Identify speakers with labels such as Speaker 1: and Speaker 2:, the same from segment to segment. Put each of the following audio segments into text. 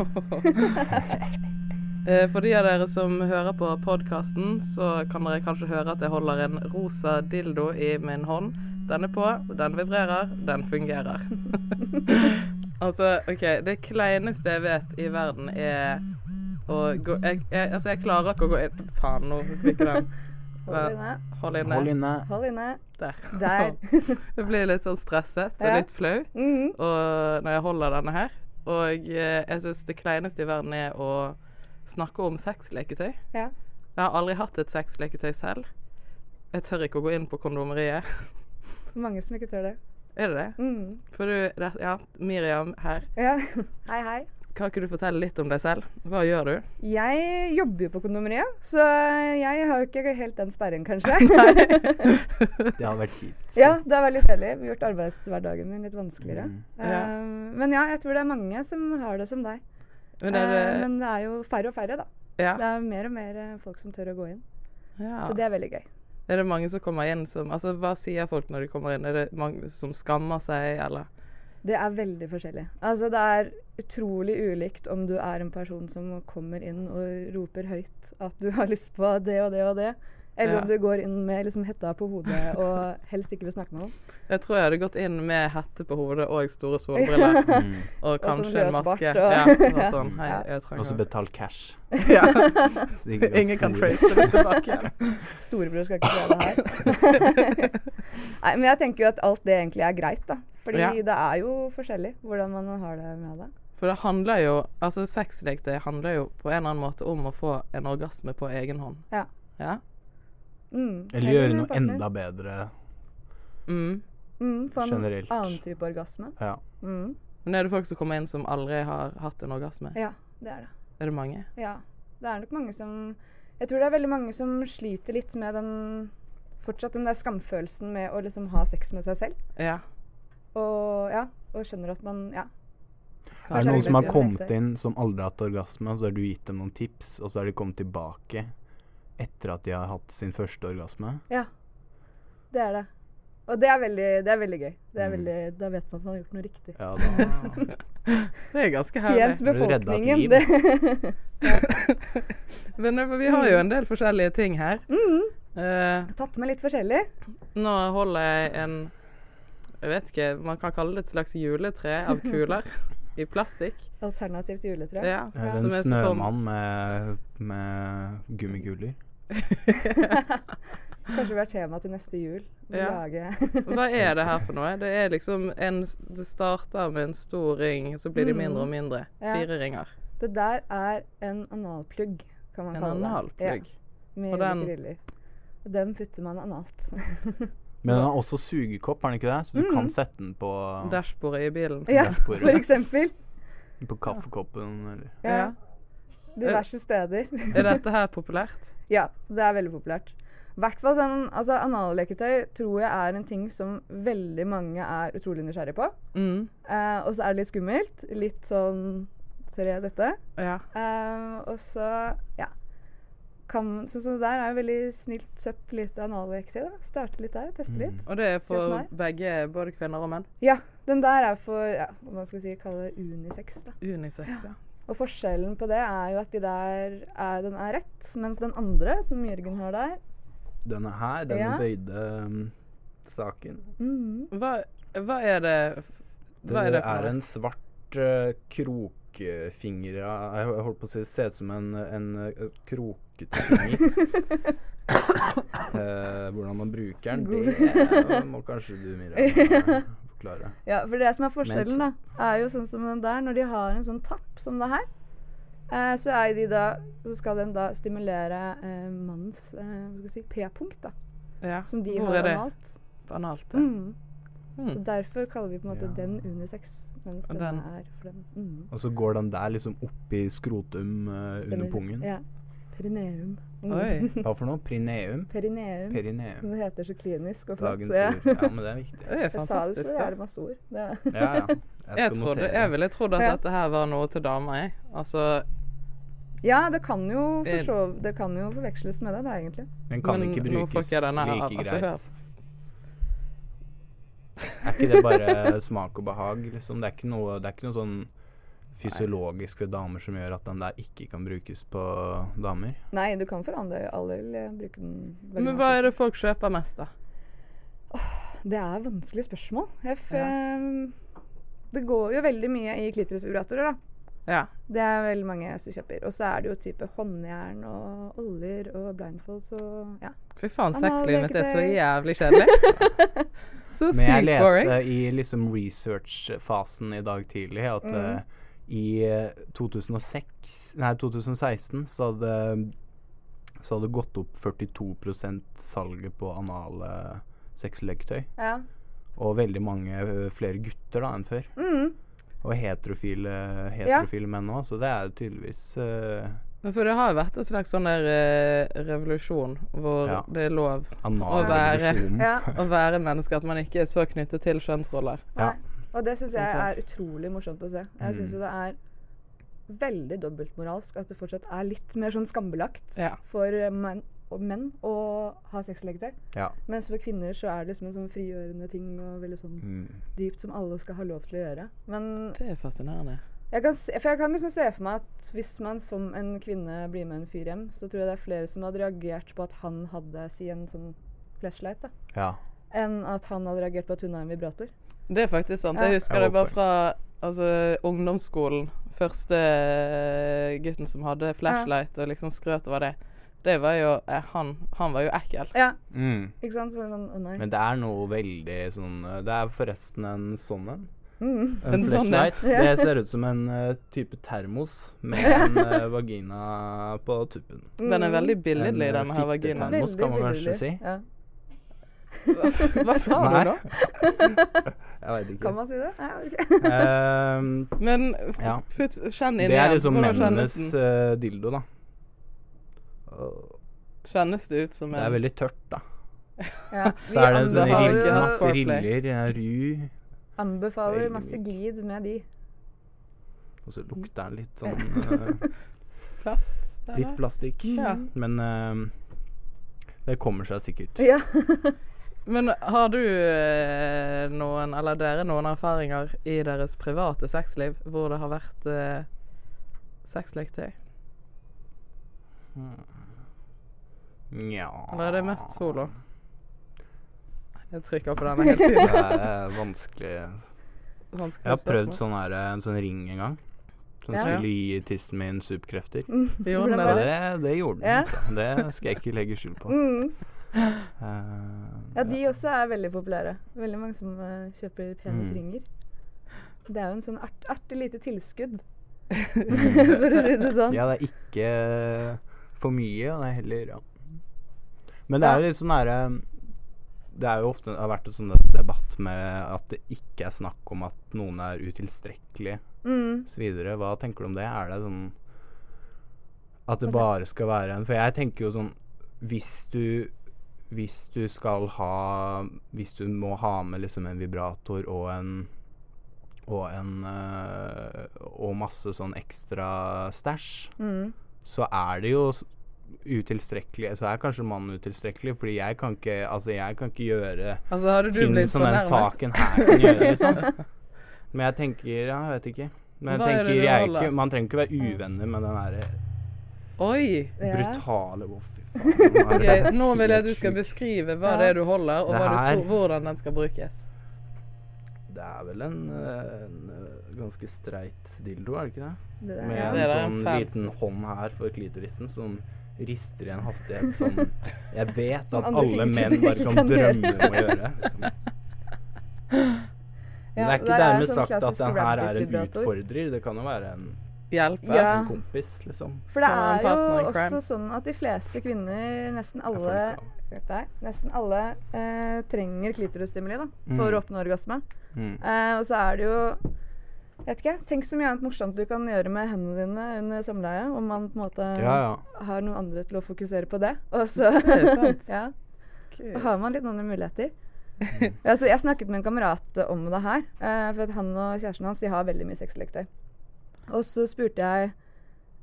Speaker 1: Eh, For de av dere som hører på podkasten, så kan dere kanskje høre at jeg holder en rosa dildo i min hånd. Den er på, den vibrerer, den fungerer. altså, OK, det kleineste jeg vet i verden er å gå jeg, jeg, Altså, jeg klarer ikke å gå inn Faen, nå fikk jeg den.
Speaker 2: Hold inne.
Speaker 1: Hold inne.
Speaker 3: Hold inne.
Speaker 2: Hold inne.
Speaker 1: Der.
Speaker 2: Der.
Speaker 1: Jeg blir litt sånn stresset
Speaker 2: Ja.
Speaker 1: og litt flau
Speaker 2: Mhm.
Speaker 1: og når jeg holder denne her. Og eh, jeg syns det kleineste i verden er å snakke om sexleketøy.
Speaker 2: Ja.
Speaker 1: Jeg har aldri hatt et sexleketøy selv. Jeg tør ikke å gå inn på kondomeriet.
Speaker 2: Mange som ikke tør det.
Speaker 1: Er det det?
Speaker 2: Mhm.
Speaker 1: For du, det, ja, Miriam her.
Speaker 2: Ja. Hei, hei.
Speaker 1: Kan ikke du fortelle litt om deg selv? Hva gjør du?
Speaker 2: Jeg jobber jo på kondomeriet, så jeg har jo ikke helt den sperren, kanskje.
Speaker 3: Det hadde vært kjipt. Mm.
Speaker 2: ja, det er veldig kjedelig. Gjort arbeidshverdagen min litt vanskeligere.
Speaker 1: Mm. Ja.
Speaker 2: Eh, men ja, jeg tror det er mange som har det som deg.
Speaker 1: Men er det,
Speaker 2: Eh, men det er jo færre og færre, da.
Speaker 1: ja.
Speaker 2: Det er mer og mer eh, folk som tør å gå inn.
Speaker 1: ja.
Speaker 2: Så det er veldig gøy.
Speaker 1: Er det mange som kommer inn som Altså, hva sier folk når de kommer inn? Er det mange som skammer seg, eller?
Speaker 2: Det er veldig forskjellig. Altså, det er utrolig ulikt om du er en person som kommer inn og roper høyt at du har lyst på det og det og det, eller
Speaker 1: Ja.
Speaker 2: om du går inn med liksom hetta på hodet og helst ikke vil snakke med noen.
Speaker 1: Jeg tror jeg hadde gått inn med hette på hodet og store solbriller.
Speaker 3: Mm.
Speaker 1: Og
Speaker 2: sånn
Speaker 1: kanskje en
Speaker 2: løs bart,
Speaker 1: maske.
Speaker 2: og-
Speaker 1: Ja, og sånn, hei,
Speaker 2: Ja.
Speaker 1: jeg
Speaker 3: Og så
Speaker 1: trenger
Speaker 3: betal cash.
Speaker 1: ja.
Speaker 3: Så det ikke
Speaker 1: Ingen kan
Speaker 3: spores.
Speaker 1: trace det tilbake igjen.
Speaker 2: Storebror skal ikke gjøre det her. Nei, men jeg tenker jo at alt det egentlig er greit, da. Fordi
Speaker 1: Ja.
Speaker 2: det er jo forskjellig hvordan man har det med det.
Speaker 1: For det handler jo Altså, sexleketøy handler jo på en eller annen måte om å få en orgasme på egen hånd.
Speaker 2: Ja.
Speaker 1: Ja.
Speaker 2: Mm.
Speaker 3: Eller gjøre
Speaker 2: med
Speaker 3: noe
Speaker 2: partner.
Speaker 3: enda bedre.
Speaker 1: Mm.
Speaker 2: mm, Få en
Speaker 3: generelt.
Speaker 2: annen type orgasme.
Speaker 3: Ja.
Speaker 2: Mm.
Speaker 1: Men er det folk som kommer inn som aldri har hatt en orgasme?
Speaker 2: Ja, det er det.
Speaker 1: Er det mange?
Speaker 2: Ja. Det er nok mange som Jeg tror det er veldig mange som sliter litt med den fortsatt den der skamfølelsen med å liksom ha sex med seg selv.
Speaker 1: Ja.
Speaker 2: Og ja, og skjønner at man Ja.
Speaker 3: Er
Speaker 1: kanskje
Speaker 3: det noen
Speaker 1: litt,
Speaker 3: som har
Speaker 1: ja.
Speaker 3: kommet inn som aldri har hatt orgasme, så har du gitt dem noen tips, og så har de kommet tilbake etter at de har hatt sin første orgasme?
Speaker 2: ja. Det er det. Og det er veldig, det er veldig gøy. Det
Speaker 3: Mm.
Speaker 2: er veldig, da vet man at man har gjort noe riktig.
Speaker 3: Ja, da
Speaker 1: Det er ganske
Speaker 2: Tjent
Speaker 1: herlig.
Speaker 3: Har du reddet
Speaker 2: befolkningen.
Speaker 3: liv?
Speaker 2: Det,
Speaker 1: Men eh, for vi har jo en del forskjellige ting her.
Speaker 2: Mm.
Speaker 1: Eh,
Speaker 2: tatt med litt forskjellig.
Speaker 1: nå holder jeg en Jeg vet ikke, man kan kalle det et slags juletre av kuler i plastikk.
Speaker 2: Alternativt juletre.
Speaker 1: Ja,
Speaker 3: Eller
Speaker 1: som
Speaker 3: en
Speaker 1: er sånn- så form-
Speaker 3: snømann med, med gummikuler.
Speaker 2: Kanskje det er tema til neste jul. Å
Speaker 1: Ja.
Speaker 2: Lage
Speaker 1: Hva er det her for noe? Det er liksom en Det starter med en stor ring, så blir de mindre og mindre.
Speaker 2: Mm. Ja.
Speaker 1: Fire ringer.
Speaker 2: Det der er en analplugg, kan man
Speaker 1: En
Speaker 2: kalle det.
Speaker 1: analplugg.
Speaker 2: Ja, med
Speaker 1: Og den-
Speaker 2: ulike riller. Og den putter man analt.
Speaker 3: Men den har også sugekopp, er den ikke det? Så du
Speaker 1: Mm.
Speaker 3: kan sette den på,
Speaker 1: Dashbordet i bilen.
Speaker 2: ja,
Speaker 3: dashbordet.
Speaker 2: for eksempel.
Speaker 3: på kaffekoppen eller
Speaker 2: Ja,
Speaker 1: Ja.
Speaker 2: Diverse steder.
Speaker 1: Er dette her populært?
Speaker 2: ja, det er veldig populært. hvert fall sånn, altså Analleketøy tror jeg er en ting som veldig mange er utrolig nysgjerrig på.
Speaker 1: Mm.
Speaker 2: Eh, og så er det litt skummelt. Litt sånn Ser jeg dette?
Speaker 1: Ja.
Speaker 2: Eh, og så, ja kan, så, så det der er jo veldig snilt, søtt, lite analleketøy. da. Starte litt der, teste litt.
Speaker 1: Og det er
Speaker 2: Se
Speaker 1: for
Speaker 2: åssen det
Speaker 1: begge, både kvinner og menn.
Speaker 2: Ja, den der er for ja, hva man skal si, kalle det unisex. da.
Speaker 1: Unisex, ja.
Speaker 2: Og forskjellen på det er jo at de der er, den er rett, mens den andre, som Jørgen har der
Speaker 3: Denne her, den
Speaker 2: Ja.
Speaker 3: bøyde um, saken.
Speaker 2: mm.
Speaker 1: Hva, hva er det Hva
Speaker 3: Det
Speaker 1: er
Speaker 3: er,
Speaker 1: det for noe?
Speaker 3: en svart uh, krokfingra Jeg hol- jeg holdt på å si det ser ut som en, en uh, krokete finger. Eh, hvordan man bruker den, det eh, må kanskje du, Miriam, forklare.
Speaker 2: Ja, for det som er forskjellen, da, er jo sånn som den der, når de har en sånn tapp som det her, eh, så er de da Så skal den da stimulere eh, mannens eh, hva skal jeg si, p-punkt, da,
Speaker 1: Ja.
Speaker 2: som de
Speaker 1: Hvor
Speaker 2: har
Speaker 1: er det?
Speaker 2: analt.
Speaker 1: Banalt. ja.
Speaker 2: Mm.
Speaker 1: Mm.
Speaker 2: Så derfor kaller vi på en måte
Speaker 3: Ja.
Speaker 2: den unisex, mens
Speaker 1: Og
Speaker 2: den,
Speaker 1: den-
Speaker 2: er for den. Mm.
Speaker 3: Og så går den der liksom oppi skrotum eh, under
Speaker 2: Stemmer.
Speaker 3: pungen.
Speaker 2: Ja. Perineum. Mm.
Speaker 1: Oi.
Speaker 3: Hva for noe? Prineum?
Speaker 2: Perineum, som
Speaker 3: Perineum.
Speaker 2: det heter så klinisk og flott.
Speaker 3: Dagens
Speaker 2: Ja.
Speaker 3: ord. Ja, men det er viktig.
Speaker 1: Det er
Speaker 2: Jeg sa det
Speaker 1: fantastisk.
Speaker 2: skulle være
Speaker 1: det.
Speaker 2: masse ord. Det er.
Speaker 3: Ja, ja.
Speaker 1: Jeg, trodde, jeg ville trodd at
Speaker 2: Ja.
Speaker 1: dette her var noe til damer, jeg. Altså,
Speaker 2: Ja, det kan, jo
Speaker 1: Eh.
Speaker 2: for så, det kan jo forveksles med det, da, egentlig.
Speaker 3: Den kan
Speaker 1: Men
Speaker 3: ikke
Speaker 1: nå får
Speaker 3: brukes
Speaker 1: ikke jeg denne her,
Speaker 3: like
Speaker 1: altså,
Speaker 3: greit. Er ikke det bare smak og behag, liksom? Det er ikke noe, det er ikke noe sånn fysiologisk ved damer som gjør at den der ikke kan brukes på damer.
Speaker 2: Nei, du kan forandre alder eller bruke den veldig
Speaker 1: Men hva er det folk kjøper mest, da?
Speaker 2: Det er vanskelige spørsmål. Jeg f ehm, Det går jo veldig mye i klitorisvibratorer, da.
Speaker 1: Ja.
Speaker 2: Det er veldig mange som kjøper. Og så er det jo type håndjern og oljer og blindfolds og ja.
Speaker 1: Fy faen,
Speaker 2: Han har
Speaker 1: sexlivet er så
Speaker 2: leketøy.
Speaker 1: jævlig kjedelig. Så
Speaker 3: Men jeg
Speaker 1: sykt boring.
Speaker 3: leste i liksom researchfasen i dag tidlig at
Speaker 1: Mm.
Speaker 3: eh, i eh, 2006, nei, 2016 så hadde så hadde det gått opp 42 salget på anale sexleketøy.
Speaker 2: ja.
Speaker 3: Og veldig mange eh, flere gutter da enn før.
Speaker 2: Mm.
Speaker 3: Og heterofile, heterofile menn òg, så det er jo tydeligvis eh,
Speaker 1: Men For det har jo vært en slags sånn der eh, revolusjon hvor
Speaker 3: Ja.
Speaker 1: det er lov
Speaker 3: anal
Speaker 1: Å være-
Speaker 3: regresjon.
Speaker 2: ja.
Speaker 1: å være menneske, at man ikke er så knyttet til kjønnsroller.
Speaker 3: Ja.
Speaker 2: Nei. Og det syns
Speaker 1: Som
Speaker 2: jeg
Speaker 1: før.
Speaker 2: er utrolig morsomt å se. Jeg syns jo det er veldig dobbeltmoralsk at det fortsatt er litt mer sånn skambelagt
Speaker 1: Ja.
Speaker 2: for menn, og menn å ha sexleketøy.
Speaker 3: Ja.
Speaker 2: Mens for kvinner så er det liksom en sånn frigjørende ting og veldig sånn
Speaker 3: Mm.
Speaker 2: dypt som alle skal ha lov til å gjøre. Men
Speaker 1: Det er fascinerende.
Speaker 2: jeg kan, se, for jeg kan liksom se for meg at hvis man som en kvinne blir med en fyr hjem, så tror jeg det er flere som hadde reagert på at han hadde si en sånn flashlight, da,
Speaker 3: ja.
Speaker 2: enn at han hadde reagert på at hun har en vibrator.
Speaker 1: Det er faktisk sant.
Speaker 2: Ja.
Speaker 1: Jeg husker
Speaker 3: Ja,
Speaker 1: det bare
Speaker 3: godt
Speaker 1: fra altså, ungdomsskolen. Første eh, gutten som hadde flashlight og liksom skrøt over det. Det var jo eh, han, han var jo ekkel.
Speaker 2: Ja,
Speaker 3: Mm.
Speaker 2: ikke sant? For sånn, å nei.
Speaker 3: Men det er noe veldig sånn eh, Det er forresten en sånn en.
Speaker 2: Mm.
Speaker 3: En,
Speaker 1: En sånn en.
Speaker 3: flashlight. Det ser ut som en eh, type termos med en eh, vagina på tuppen.
Speaker 2: Mm.
Speaker 1: Den er veldig
Speaker 3: En,
Speaker 1: billedlig,
Speaker 3: eh,
Speaker 1: denne her
Speaker 3: fittetann.
Speaker 1: vaginaen.
Speaker 3: Nå skal man kanskje
Speaker 2: billig.
Speaker 3: si.
Speaker 2: Ja.
Speaker 1: Hva sa du
Speaker 3: Nei.
Speaker 1: nå?
Speaker 3: Jeg veit ikke.
Speaker 2: Kan man si det? Nei, jeg vet ikke.
Speaker 3: Ehm,
Speaker 1: Men f-
Speaker 3: Ja.
Speaker 1: putt, kjenn inn
Speaker 3: det er
Speaker 1: igjen.
Speaker 3: liksom
Speaker 1: Hvordan
Speaker 3: mennenes
Speaker 1: kjennes den?
Speaker 3: eh, dildo, da. Og
Speaker 1: Kjennes det ut som
Speaker 3: Det er
Speaker 1: en
Speaker 3: veldig tørt, da.
Speaker 2: Ja.
Speaker 3: Så er det en sånn
Speaker 1: anbefaler
Speaker 3: rill,
Speaker 1: jo-
Speaker 3: masse
Speaker 1: Foreplay.
Speaker 3: riller, eh, ru,
Speaker 2: Anbefaler
Speaker 3: Veldig
Speaker 2: masse
Speaker 3: myk.
Speaker 2: glid med de.
Speaker 3: og så lukter den litt sånn eh,
Speaker 1: plast? der, da?
Speaker 3: Litt plastikk.
Speaker 1: Ja.
Speaker 3: Men ehm, det kommer seg sikkert.
Speaker 2: Ja.
Speaker 1: Men har du eh, noen, eller dere, noen erfaringer i deres private sexliv hvor det har vært eh, sexleketøy?
Speaker 3: Nja
Speaker 1: Eller er det mest solo? Jeg trykker på denne hele
Speaker 3: Det
Speaker 1: tiden.
Speaker 3: er eh, vanskelig
Speaker 1: Vanskelig
Speaker 3: Jeg har prøvd
Speaker 1: spørsmål.
Speaker 3: sånn her, en sånn ring en gang. Som
Speaker 2: Ja.
Speaker 3: skulle gi tissen min superkrefter.
Speaker 1: Gjorde
Speaker 2: Hvordan
Speaker 1: den
Speaker 2: var
Speaker 1: det?
Speaker 3: Og det, det gjorde den.
Speaker 2: Ja.
Speaker 3: altså. Det skal jeg ikke legge skyld på.
Speaker 2: Mm.
Speaker 3: Eh,
Speaker 2: Ja, de også er veldig populære. Veldig mange som eh, kjøper penisringer. Det er jo en sånn art, artig lite tilskudd, for å si det sånn.
Speaker 3: ja, det er ikke eh, for mye, og det er heller ja. Men det er jo litt sånn herre Det er jo ofte det har vært en sånn debatt med at det ikke er snakk om at noen er utilstrekkelige
Speaker 2: Mm.
Speaker 3: så videre. Hva tenker du om det? Er det sånn at det bare skal være en For jeg tenker jo sånn Hvis du hvis du skal ha Hvis du må ha med liksom en vibrator og en og en eh, og masse sånn ekstra stæsj,
Speaker 2: Mm.
Speaker 3: så er det jo s- utilstrekkelig Så er kanskje mannen utilstrekkelig, fordi jeg kan ikke Altså, jeg kan ikke gjøre
Speaker 1: Altså, hadde du
Speaker 3: ting
Speaker 1: blitt
Speaker 3: som den
Speaker 1: fornærmet?
Speaker 3: saken her kan gjøre, liksom. Men jeg tenker Ja, jeg vet ikke. Men
Speaker 1: Hva
Speaker 3: jeg
Speaker 1: er det
Speaker 3: tenker
Speaker 1: du
Speaker 3: jeg er
Speaker 1: holder?
Speaker 3: ikke, Man trenger ikke være uvenner med den derre
Speaker 1: Oi!
Speaker 2: Ja.
Speaker 3: brutale Å, fy faen. nå er
Speaker 1: Ok,
Speaker 3: det
Speaker 1: Nå vil jeg at du
Speaker 3: helt
Speaker 1: skal
Speaker 3: sjukt.
Speaker 1: beskrive hva
Speaker 2: Ja.
Speaker 1: det er du holder, og
Speaker 3: Det
Speaker 1: hva du
Speaker 3: her-
Speaker 1: tror, hvordan den skal brukes.
Speaker 3: Det er vel en, eh, en eh, ganske streit dildo, er det ikke det?
Speaker 2: Det der.
Speaker 3: Med
Speaker 1: Ja.
Speaker 3: en
Speaker 1: Det er
Speaker 3: sånn
Speaker 1: en fancy.
Speaker 3: liten hånd her for klitorisen som rister i en hastighet som jeg vet
Speaker 2: Som
Speaker 3: at
Speaker 2: andre
Speaker 3: alle
Speaker 2: fingre
Speaker 3: menn bare
Speaker 2: ikke
Speaker 3: kan
Speaker 2: kan
Speaker 3: drømme
Speaker 2: gjøre.
Speaker 3: om å gjøre. Liksom. Men
Speaker 2: Ja,
Speaker 3: det er ikke
Speaker 2: der en
Speaker 3: dermed
Speaker 2: sånn
Speaker 3: sagt at
Speaker 2: klassisk
Speaker 3: den her er en
Speaker 2: rabbit-vibrator.
Speaker 3: utfordrer. Det kan jo være en,
Speaker 1: Hjelpe.
Speaker 2: Ja.
Speaker 3: en kompis, liksom.
Speaker 2: For det
Speaker 1: Kan være en
Speaker 2: er
Speaker 1: partner in
Speaker 2: jo
Speaker 1: crime.
Speaker 2: også sånn at de fleste kvinner, nesten
Speaker 3: Jeg får det
Speaker 2: alle
Speaker 3: ikke av.
Speaker 2: Nei, Nesten alle eh, trenger klitorisstimuli da, for
Speaker 3: Mm.
Speaker 2: å oppnå orgasme.
Speaker 3: Mm.
Speaker 2: Eh, og så er det jo jeg vet ikke, Tenk så mye annet morsomt du kan gjøre med hendene dine under samleie, om man på en måte
Speaker 3: Ja, ja.
Speaker 2: har noen andre til å fokusere på det. Og så
Speaker 1: er sant.
Speaker 2: ja,
Speaker 1: Kult.
Speaker 2: har man litt andre muligheter. Ja, så jeg snakket med en kamerat om det her, eh, for at han og kjæresten hans de har veldig mye sexleketøy. Og så spurte jeg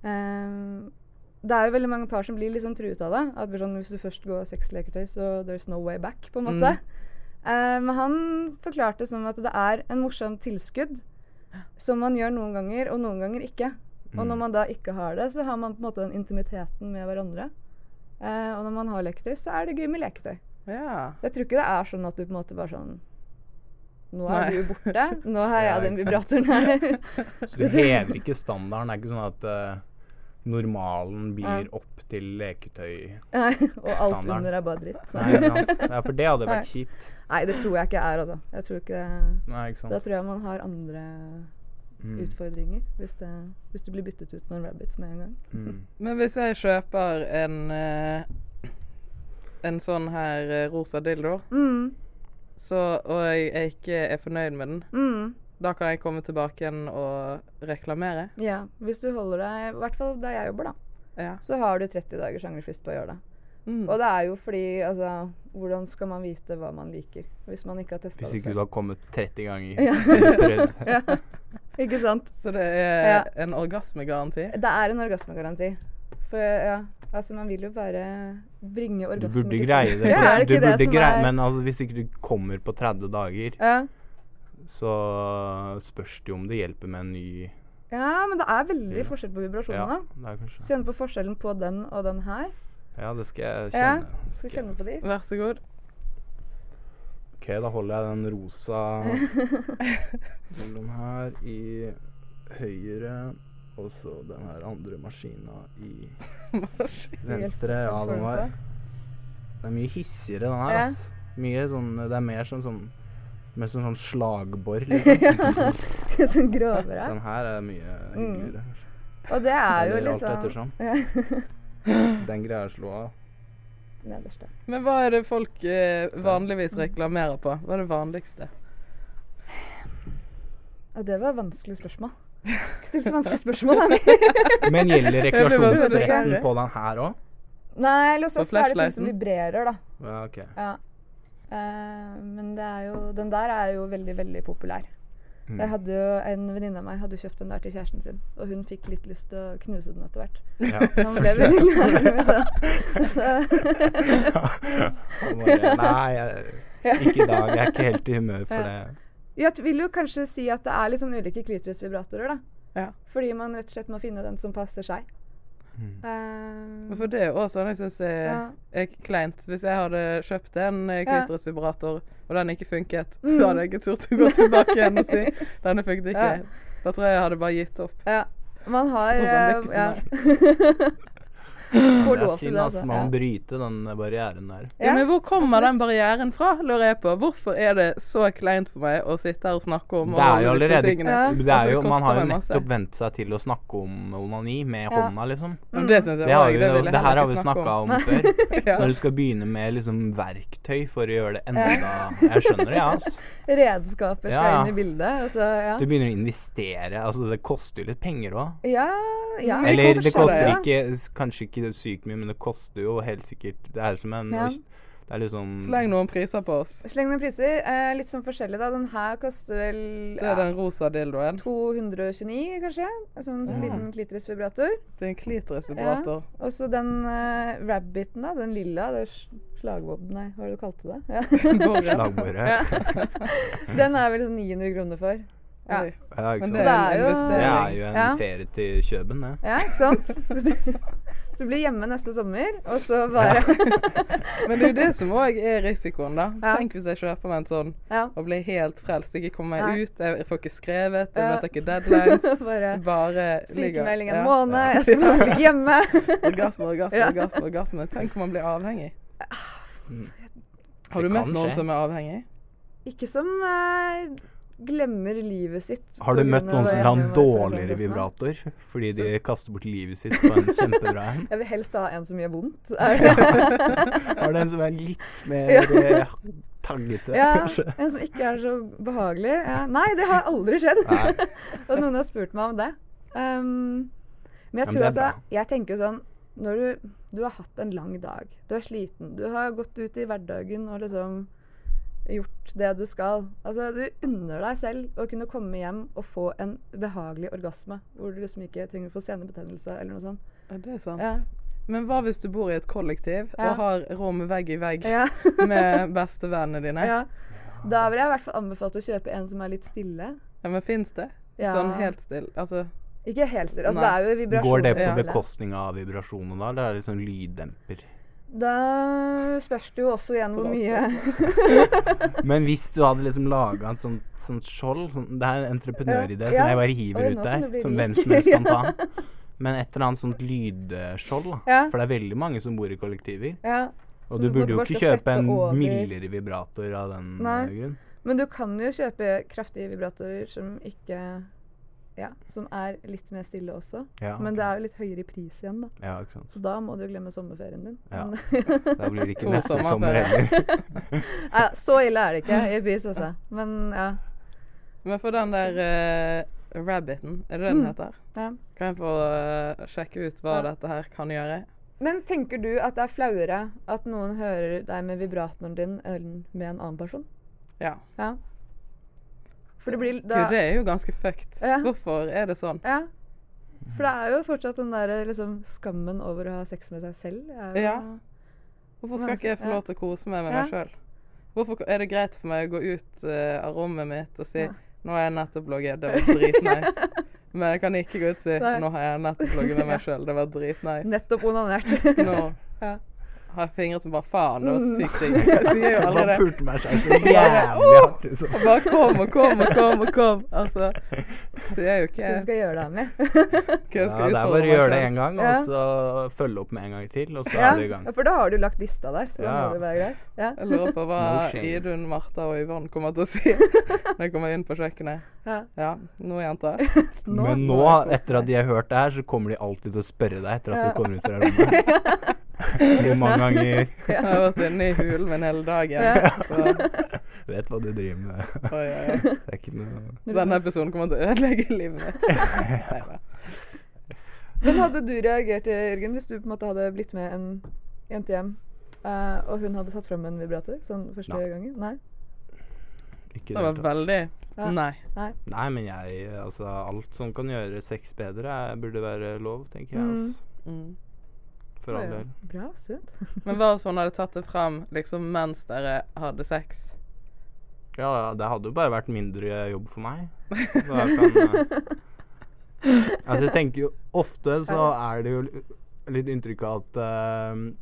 Speaker 2: eh, Det er jo veldig mange par som blir litt sånn truet av det. At bare sånn, Hvis du først går sexleketøy, så there's no way back, på en måte. Eh, men han forklarte som at det er en morsom tilskudd. Som man gjør noen ganger, og noen ganger ikke. Og
Speaker 3: Mm.
Speaker 2: når man da ikke har det, så har man på en måte den intimiteten med hverandre. Eh, og når man har leketøy, så er det gøy med leketøy.
Speaker 1: Ja.
Speaker 2: Jeg tror ikke det er sånn at du på en måte bare sånn Nå er
Speaker 1: Nei.
Speaker 2: du borte. Nå har
Speaker 3: Ja,
Speaker 2: jeg den
Speaker 3: ikke
Speaker 2: vibratoren her.
Speaker 3: Så du hever ikke standarden. Det er ikke sånn at eh, normalen blir opp til leketøy.
Speaker 2: Eh, og alt
Speaker 3: Standarden.
Speaker 2: under er bare dritt.
Speaker 3: Nei, ikke sant? Nei, for det hadde vært kjipt.
Speaker 2: Nei, det tror jeg ikke er, altså. Jeg tror ikke det
Speaker 3: Nei, ikke
Speaker 2: Da
Speaker 3: sant.
Speaker 2: tror jeg man har andre
Speaker 3: Sånn. Mm.
Speaker 2: utfordringer. Hvis, det, hvis du blir byttet ut med en rabbit med en gang.
Speaker 3: Mm.
Speaker 1: Men hvis jeg kjøper en eh, en sånn her eh, rosa dildo,
Speaker 2: Mm,
Speaker 1: så, og jeg, jeg ikke er fornøyd med den,
Speaker 2: mm,
Speaker 1: da kan jeg komme tilbake igjen og reklamere?
Speaker 2: ja. Hvis du holder deg I hvert fall der jeg jobber, da.
Speaker 1: Ja.
Speaker 2: Så har du 30 dagers angrefrist på å gjøre det.
Speaker 1: Mm.
Speaker 2: Og det er jo fordi altså, Hvordan skal man vite hva man liker hvis man ikke har testa
Speaker 3: Hvis
Speaker 2: det
Speaker 3: ikke
Speaker 2: før?
Speaker 3: du har kommet 30 ganger.
Speaker 2: Ja.
Speaker 3: Prøvd.
Speaker 2: Ikke sant?
Speaker 1: Så det er
Speaker 2: Ja.
Speaker 1: en orgasmegaranti?
Speaker 2: Det er en orgasmegaranti. For ja, altså man vil jo bare bringe
Speaker 3: Du
Speaker 2: orgasmen
Speaker 3: burde
Speaker 2: til-
Speaker 3: greie det.
Speaker 2: Ja, er det
Speaker 3: du
Speaker 2: ikke
Speaker 3: burde
Speaker 2: det som
Speaker 3: greie,
Speaker 2: er-
Speaker 3: Men altså, hvis ikke du kommer på 30 dager,
Speaker 2: Ja.
Speaker 3: så spørs det jo om det hjelper med en ny
Speaker 2: ja, men det er veldig
Speaker 3: Ja.
Speaker 2: forskjell på
Speaker 3: Ja,
Speaker 2: vibrasjonene.
Speaker 3: det er kanskje
Speaker 2: Så kjenner på forskjellen på den og den her.
Speaker 3: Ja, det skal jeg
Speaker 2: Ja.
Speaker 3: kjenne.
Speaker 2: Skal kjenne på de.
Speaker 1: Vær så god.
Speaker 3: Ok, da holder jeg den rosa mellom her i høyre, og så den her andre maskina i venstre. Ja, den var Den er mye hissigere, den her,
Speaker 2: Ja.
Speaker 3: ass. Mye sånn Det er mer sånn sånn Mer sånn, sånn slagbor, liksom.
Speaker 2: Sånn grovere.
Speaker 3: Den her er mye hyggeligere.
Speaker 2: Og det Mm. er jo
Speaker 3: Eller Alt
Speaker 2: liksom
Speaker 3: ettersom. Den greier jeg å slå av.
Speaker 2: nederste.
Speaker 1: Men hva er det folk eh, vanligvis reklamerer på? Hva er det vanligste?
Speaker 2: Og det var vanskelig spørsmål. Ikke still så vanskelige spørsmål. Da.
Speaker 3: Men gjelder rekreasjonsretten
Speaker 1: nysgjerrig.
Speaker 3: på den her òg?
Speaker 2: Nei, eller hos
Speaker 1: Og
Speaker 2: oss er det ting
Speaker 1: flashlighten.
Speaker 2: som vibrerer, da.
Speaker 3: Ja, ok.
Speaker 2: Ja. Eh, men det er jo, den der er jo veldig, veldig populær.
Speaker 3: Mm.
Speaker 2: Jeg hadde jo En venninne av meg hadde jo kjøpt den der til kjæresten sin, og hun fikk litt lyst til å knuse den etter hvert.
Speaker 3: Ja.
Speaker 2: Han ble veldig nærme, så. så
Speaker 3: Og bare, Nei, jeg, ikke i dag. Jeg er ikke helt i humør for det.
Speaker 2: Jeg vil jo kanskje si at det er litt sånn ulike klitorisvibratorer, da.
Speaker 1: Ja.
Speaker 2: Fordi man rett og slett må finne den som passer seg.
Speaker 3: Mm.
Speaker 2: Eh,
Speaker 1: For det er jo også sånn jeg syns er,
Speaker 2: Ja.
Speaker 1: er kleint. Hvis jeg hadde kjøpt en eh,
Speaker 2: Ja.
Speaker 1: klitorisvibrator, og den ikke funket,
Speaker 2: Mm.
Speaker 1: så hadde jeg ikke turt å gå tilbake igjen og si 'denne funket ikke'.
Speaker 2: Ja.
Speaker 1: Da tror jeg jeg hadde bare gitt opp.
Speaker 2: ja. Man har
Speaker 1: Hvordan
Speaker 2: eh,
Speaker 1: lykke
Speaker 2: ja.
Speaker 3: Ja,
Speaker 2: Får lov
Speaker 3: Det er
Speaker 2: til
Speaker 3: synd,
Speaker 2: det,
Speaker 3: altså.
Speaker 2: altså.
Speaker 3: Man
Speaker 2: Ja.
Speaker 3: må bryte den barrieren der.
Speaker 1: Ja, men hvor kommer
Speaker 2: absolutt.
Speaker 1: den barrieren fra, lurer jeg på. Hvorfor er det så kleint for meg å sitte her og snakke om
Speaker 3: Det er jo
Speaker 1: alle disse
Speaker 3: allerede
Speaker 1: tingene?
Speaker 2: Ja.
Speaker 3: Det er
Speaker 1: Altså,
Speaker 3: jo,
Speaker 1: det
Speaker 3: man har
Speaker 1: koster
Speaker 3: jo
Speaker 1: meg masse.
Speaker 3: nettopp vent seg til å snakke om onani med
Speaker 2: Ja.
Speaker 3: hånda, liksom.
Speaker 1: Men Det synes jeg
Speaker 3: Det, har
Speaker 1: også,
Speaker 3: vi,
Speaker 1: det vil jeg
Speaker 3: det
Speaker 1: heller
Speaker 3: her har
Speaker 1: ikke
Speaker 3: vi
Speaker 1: snakke
Speaker 3: snakka om før.
Speaker 1: Ja.
Speaker 3: Når du skal begynne med liksom verktøy for å gjøre det enda Jeg skjønner det, jeg, altså.
Speaker 2: Redskaper skal
Speaker 3: Ja.
Speaker 2: inn i bildet. Altså, ja.
Speaker 3: Du begynner å investere. Altså, det koster jo litt penger òg.
Speaker 2: ja, ja.
Speaker 1: Men det
Speaker 3: Eller det
Speaker 1: koster det,
Speaker 3: koster
Speaker 1: ja.
Speaker 3: ikke s- Kanskje ikke det sykt mye, men det koster jo helt sikkert Det er som en
Speaker 2: Ja.
Speaker 3: Det er liksom
Speaker 1: Sleng noen priser på oss.
Speaker 2: Sleng noen priser. Eh, litt sånn forskjellig, da. Den her koster vel
Speaker 1: Det er
Speaker 2: ja,
Speaker 1: den rosa dildoen.
Speaker 2: 229, kanskje? En Sånn
Speaker 3: Ja.
Speaker 2: liten klitorisvibrator.
Speaker 1: Det er en klitorisvibrator.
Speaker 2: Og så den eh, rabbiten, da. Den lilla. Det er sl- slagvåpen, nei, hva var det du kalte det? Ja.
Speaker 1: Borre.
Speaker 3: slagordet.
Speaker 2: Ja. Den er vel sånn 900 kroner for. Ja.
Speaker 1: Oi.
Speaker 3: Ja, ikke
Speaker 1: Men
Speaker 3: sant?
Speaker 1: det
Speaker 2: det
Speaker 1: er
Speaker 2: er
Speaker 1: en
Speaker 2: jo-
Speaker 3: Det er
Speaker 1: investering.
Speaker 3: jo en
Speaker 2: Ja.
Speaker 3: ferie til Kjøben, det.
Speaker 2: Ja, ikke sant? Hvis du, du blir hjemme neste sommer, og så bare
Speaker 1: Men det er jo det som òg er risikoen, da.
Speaker 2: Ja.
Speaker 1: Tenk hvis jeg kjøper meg en sånn
Speaker 2: Ja.
Speaker 1: og blir helt frelst. Ikke kommer
Speaker 2: Nei.
Speaker 1: meg ut, jeg får ikke skrevet, jeg
Speaker 2: Ja.
Speaker 1: møter ikke deadlines.
Speaker 2: bare
Speaker 1: Bare ligger
Speaker 2: Sykemelding en
Speaker 1: Ja.
Speaker 2: måned, jeg skal bare ligge hjemme.
Speaker 1: Orgasme, orgasme,
Speaker 2: Ja.
Speaker 1: orgasme. orgasme. Tenk om man blir avhengig.
Speaker 3: Mm.
Speaker 1: Har du
Speaker 3: Det
Speaker 1: møtt
Speaker 3: kan
Speaker 1: noen
Speaker 3: skje.
Speaker 1: som er avhengig?
Speaker 2: Ikke som eh, glemmer livet sitt.
Speaker 3: Har du
Speaker 2: på
Speaker 3: møtt
Speaker 2: grunn av
Speaker 3: noen
Speaker 2: å
Speaker 3: som
Speaker 2: være
Speaker 3: vil ha en
Speaker 2: hjemme med
Speaker 3: dårligere
Speaker 2: foreldrene sine?
Speaker 3: vibrator fordi de kaster bort livet sitt på en kjempebra en?
Speaker 2: Jeg vil helst ha en som gjør vondt. Er det?
Speaker 3: Har du en som er litt mer
Speaker 2: Ja.
Speaker 3: eh, taggete,
Speaker 2: Ja,
Speaker 3: kanskje?
Speaker 2: en som ikke er så behagelig. Ja. Nei, det har aldri skjedd.
Speaker 3: Nei.
Speaker 2: Og noen har spurt meg om det. Ehm, men jeg
Speaker 3: Ja,
Speaker 2: tror
Speaker 3: men det er
Speaker 2: altså
Speaker 3: bra.
Speaker 2: Jeg tenker jo sånn Når du, du har hatt en lang dag, du er sliten, du har gått ut i hverdagen og liksom gjort det du skal. Altså, du unner deg selv å kunne komme hjem og få en behagelig orgasme. Hvor du liksom ikke trenger å få senebetennelse eller noe sånt.
Speaker 1: Ja, det er sant.
Speaker 2: Ja.
Speaker 1: Men hva hvis du bor i et kollektiv
Speaker 2: Ja.
Speaker 1: og har rom vegg i vegg
Speaker 2: Ja,
Speaker 1: med bestevennene dine?
Speaker 2: ja. Da vil jeg i hvert fall anbefale å kjøpe en som er litt stille.
Speaker 1: Ja, men fins det?
Speaker 2: Ja.
Speaker 1: Sånn helt stille. Altså
Speaker 2: Ikke helt stille. Altså, det
Speaker 1: Nei.
Speaker 2: er jo vibrasjoner.
Speaker 3: Går det på
Speaker 1: Ja.
Speaker 2: hele.
Speaker 3: bekostning av vibrasjoner da, eller er det sånn lyddemper?
Speaker 2: Da spørs det jo også igjen hvor mye
Speaker 1: sånn.
Speaker 3: Men hvis du hadde liksom laga et sånt, sånt skjold sånn, Det er en entreprenøridé
Speaker 2: Ja.
Speaker 3: som jeg bare
Speaker 2: Oi,
Speaker 3: hiver
Speaker 2: nå kan
Speaker 3: ut
Speaker 2: du
Speaker 3: der,
Speaker 2: bli
Speaker 3: som
Speaker 2: rik.
Speaker 3: hvem som helst kan ta. Men et eller annet sånt lydskjold, da.
Speaker 2: Ja.
Speaker 3: For det er veldig mange som bor i kollektiver.
Speaker 2: ja. Så
Speaker 3: Og du
Speaker 2: du
Speaker 3: burde jo
Speaker 2: bare
Speaker 3: ikke
Speaker 2: skal
Speaker 3: kjøpe en
Speaker 2: sette over-
Speaker 3: mildere vibrator av den
Speaker 2: Nei.
Speaker 3: eh, grunn.
Speaker 2: Men du kan jo kjøpe kraftige vibratorer som ikke Ja, som er litt mer stille også.
Speaker 3: Ja,
Speaker 2: Men det er jo litt høyere i pris igjen, da.
Speaker 3: ja, ikke sant.
Speaker 2: Så da må du glemme sommerferien din.
Speaker 3: Ja.
Speaker 2: Men-
Speaker 3: Da blir det
Speaker 1: To
Speaker 3: ikke neste
Speaker 1: sommerferie.
Speaker 3: sommer heller.
Speaker 2: Nei, så ille er det ikke i pris, altså. Men ja.
Speaker 1: Men for den der eh, rabbiten, er det det den
Speaker 2: Mm.
Speaker 1: heter?
Speaker 2: ja.
Speaker 1: Kan jeg få eh, sjekke ut hva
Speaker 2: Ja.
Speaker 1: dette her kan gjøre?
Speaker 2: Men tenker du at det er flauere at noen hører deg med vibratoren din enn med en annen person?
Speaker 1: Ja.
Speaker 2: Ja. For det blir
Speaker 1: Gud,
Speaker 2: da
Speaker 1: det er jo ganske fucked.
Speaker 2: Ja.
Speaker 1: Hvorfor er det sånn?
Speaker 2: Ja. For det er jo fortsatt den der liksom skammen over å ha sex med seg selv. er jo-
Speaker 1: Ja. Hvorfor skal ikke jeg få
Speaker 2: Ja.
Speaker 1: lov til å kose meg med
Speaker 2: Ja.
Speaker 1: meg sjøl? Hvorfor er det greit for meg å gå ut eh, av rommet mitt og si
Speaker 2: Ja.
Speaker 1: 'Nå har jeg nettopp logget, det var dritnice'. Men jeg kan ikke gå ut og si
Speaker 2: Nei.
Speaker 1: 'Nå har jeg nettopp logget med meg sjøl, det var dritnice'.
Speaker 2: Nettopp onanert.
Speaker 1: Nå
Speaker 2: Ja.
Speaker 1: har jeg fingre som bare faen, det var
Speaker 2: Mm.
Speaker 1: sykt digg. Jeg sier jo
Speaker 3: Jeg
Speaker 1: aldri
Speaker 3: bare
Speaker 1: det.
Speaker 3: pulte meg selv så jævlig hardt. liksom.
Speaker 1: Og bare kom og kom og kom og kom. Altså, sier jeg jo
Speaker 2: Så
Speaker 1: ikke
Speaker 2: du skal gjøre deg med.
Speaker 1: hva jeg
Speaker 3: Ja,
Speaker 1: skal
Speaker 3: det er
Speaker 1: utfordre
Speaker 3: bare å
Speaker 1: meg
Speaker 3: gjøre det
Speaker 1: selv.
Speaker 3: én gang,
Speaker 2: Ja.
Speaker 3: og så følge opp med en gang til, og så
Speaker 2: Ja.
Speaker 3: er du i gang.
Speaker 2: ja, for da har du lagt lista der, så da
Speaker 3: Ja.
Speaker 2: må det være greit. Ja.
Speaker 1: Jeg lurer på hva
Speaker 3: No shame.
Speaker 1: Idun, Martha og Yvonne kommer til å si når jeg kommer inn på kjøkkenet.
Speaker 2: Ja.
Speaker 1: Ja, nå, jenter.
Speaker 3: Men nå, etter at de har hørt det her, så kommer de alltid til å spørre deg etter at
Speaker 2: Ja.
Speaker 3: du kommer ut fra rommet. Hvor mange ganger
Speaker 1: Jeg har vært inne i hulen min hele dagen.
Speaker 2: Ja.
Speaker 1: Så,
Speaker 3: Vet hva du driver med.
Speaker 1: oi, oi, oi.
Speaker 3: Det er ikke noe
Speaker 1: Denne episoden kommer til å ødelegge livet mitt. Neida.
Speaker 2: Men hadde du reagert, Jørgen, hvis du på en måte hadde blitt med en jente hjem, eh, og hun hadde tatt fram en vibrator sånn første
Speaker 3: Nei.
Speaker 2: gangen? Nei?
Speaker 3: ikke
Speaker 1: Det var
Speaker 3: deltatt.
Speaker 1: veldig
Speaker 2: Ja.
Speaker 1: Nei.
Speaker 3: Nei, men jeg Altså, alt som kan gjøre sex bedre, er- burde være lov, tenker jeg.
Speaker 2: Mm.
Speaker 3: Altså.
Speaker 1: Mm.
Speaker 3: For
Speaker 1: Ja,
Speaker 3: all
Speaker 1: ja.
Speaker 3: del.
Speaker 2: Bra, sunt.
Speaker 1: Men hva hvis hun hadde tatt det fram liksom mens dere hadde sex?
Speaker 3: Ja, ja, det hadde jo bare vært mindre jobb for meg. Da kan eh, Altså, jeg tenker jo Ofte så er det jo li- litt inntrykk av at eh,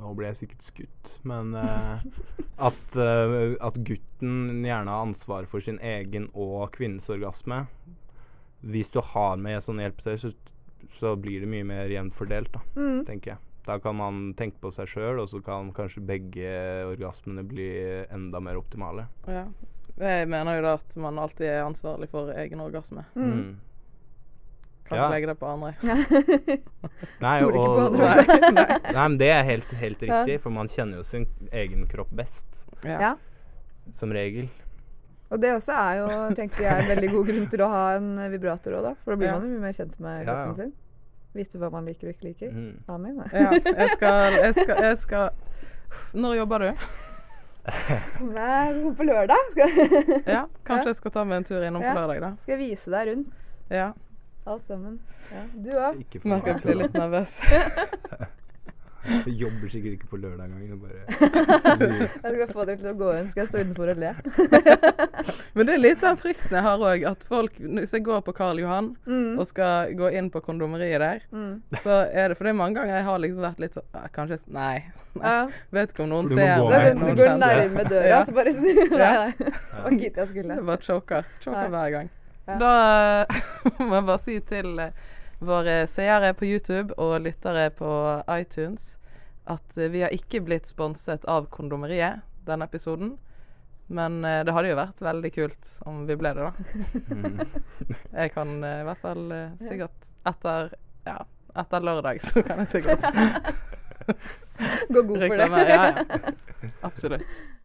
Speaker 3: Nå ble jeg sikkert skutt, men eh, at, eh, at gutten gjerne har ansvar for sin egen og kvinnens orgasme. Hvis du har med sånn hjelpetøy, så, så blir det mye mer jevnt fordelt, da,
Speaker 2: Mm.
Speaker 3: tenker jeg. Da kan man tenke på seg sjøl, og så kan kanskje begge orgasmene bli enda mer optimale.
Speaker 1: Ja. Jeg mener jo da at man alltid er ansvarlig for egen orgasme.
Speaker 2: Mm.
Speaker 3: Mm.
Speaker 1: Kan ikke
Speaker 3: Ja.
Speaker 1: legge det på andre.
Speaker 3: Nei,
Speaker 2: Stoler ikke på
Speaker 3: og,
Speaker 2: andre.
Speaker 3: og,
Speaker 1: Nei. Nei.
Speaker 3: nei, men det er helt, helt
Speaker 2: Ja.
Speaker 3: riktig, for man kjenner jo sin egen kropp best,
Speaker 1: Ja.
Speaker 2: Ja.
Speaker 3: som regel.
Speaker 2: Og det også er jo, tenker jeg, en veldig god grunn til å ha en vibrator òg, da. For da blir
Speaker 1: Ja.
Speaker 2: man jo mye mer kjent med
Speaker 3: Ja, ja.
Speaker 2: kroppen sin. Vite hva man liker og ikke liker.
Speaker 3: Mm.
Speaker 2: Amen. da.
Speaker 1: ja. Jeg skal Jeg skal, jeg skal. Når jobber du?
Speaker 2: Kom deg kom på lørdag. Skal,
Speaker 1: Ja, Kanskje jeg skal ta meg en tur innom på
Speaker 2: Ja.
Speaker 1: lørdag, da.
Speaker 2: skal jeg vise deg rundt
Speaker 1: Ja.
Speaker 2: alt sammen. Ja. Du òg.
Speaker 3: Ikke for
Speaker 1: Merker
Speaker 3: mye
Speaker 1: jeg blir
Speaker 3: tull,
Speaker 1: litt nervøs.
Speaker 3: da. Jeg jobber sikkert ikke på lørdag engang. Bare...
Speaker 2: Jeg skal få dere til å gå inn, skal jeg stå utenfor og le.
Speaker 1: Men det er litt den frykten jeg har òg, at folk Hvis jeg går på Karl Johan
Speaker 2: Mm.
Speaker 1: og skal gå inn på kondomeriet der,
Speaker 2: Mm.
Speaker 1: så er det For det er mange ganger jeg har liksom vært litt sånn «Ah, Kanskje Nei.
Speaker 2: Ja.
Speaker 1: Vet ikke om noen
Speaker 3: For du må
Speaker 1: ser
Speaker 3: gå
Speaker 2: Det er
Speaker 3: Nei,
Speaker 2: sånn
Speaker 1: noen
Speaker 2: at du går
Speaker 1: kjenner.
Speaker 3: nær-
Speaker 2: nærme døra,
Speaker 1: Ja.
Speaker 2: så bare snur du
Speaker 1: Ja.
Speaker 2: deg. Å, gitt, jeg skulle.
Speaker 1: Jeg bare choker. Choker
Speaker 2: Nei.
Speaker 1: hver gang.
Speaker 2: Ja.
Speaker 1: Da eh, må jeg bare si til eh, våre seere på YouTube og lyttere på iTunes at eh, vi har ikke blitt sponset av Kondomeriet denne episoden. Men eh, det hadde jo vært veldig kult om vi ble det, da.
Speaker 3: Mm.
Speaker 1: Jeg kan eh, i hvert fall eh, sikkert etter Ja, etter lørdag så kan jeg sikkert
Speaker 2: Gå god for det.
Speaker 1: reklamere. Ja, ja. Absolutt.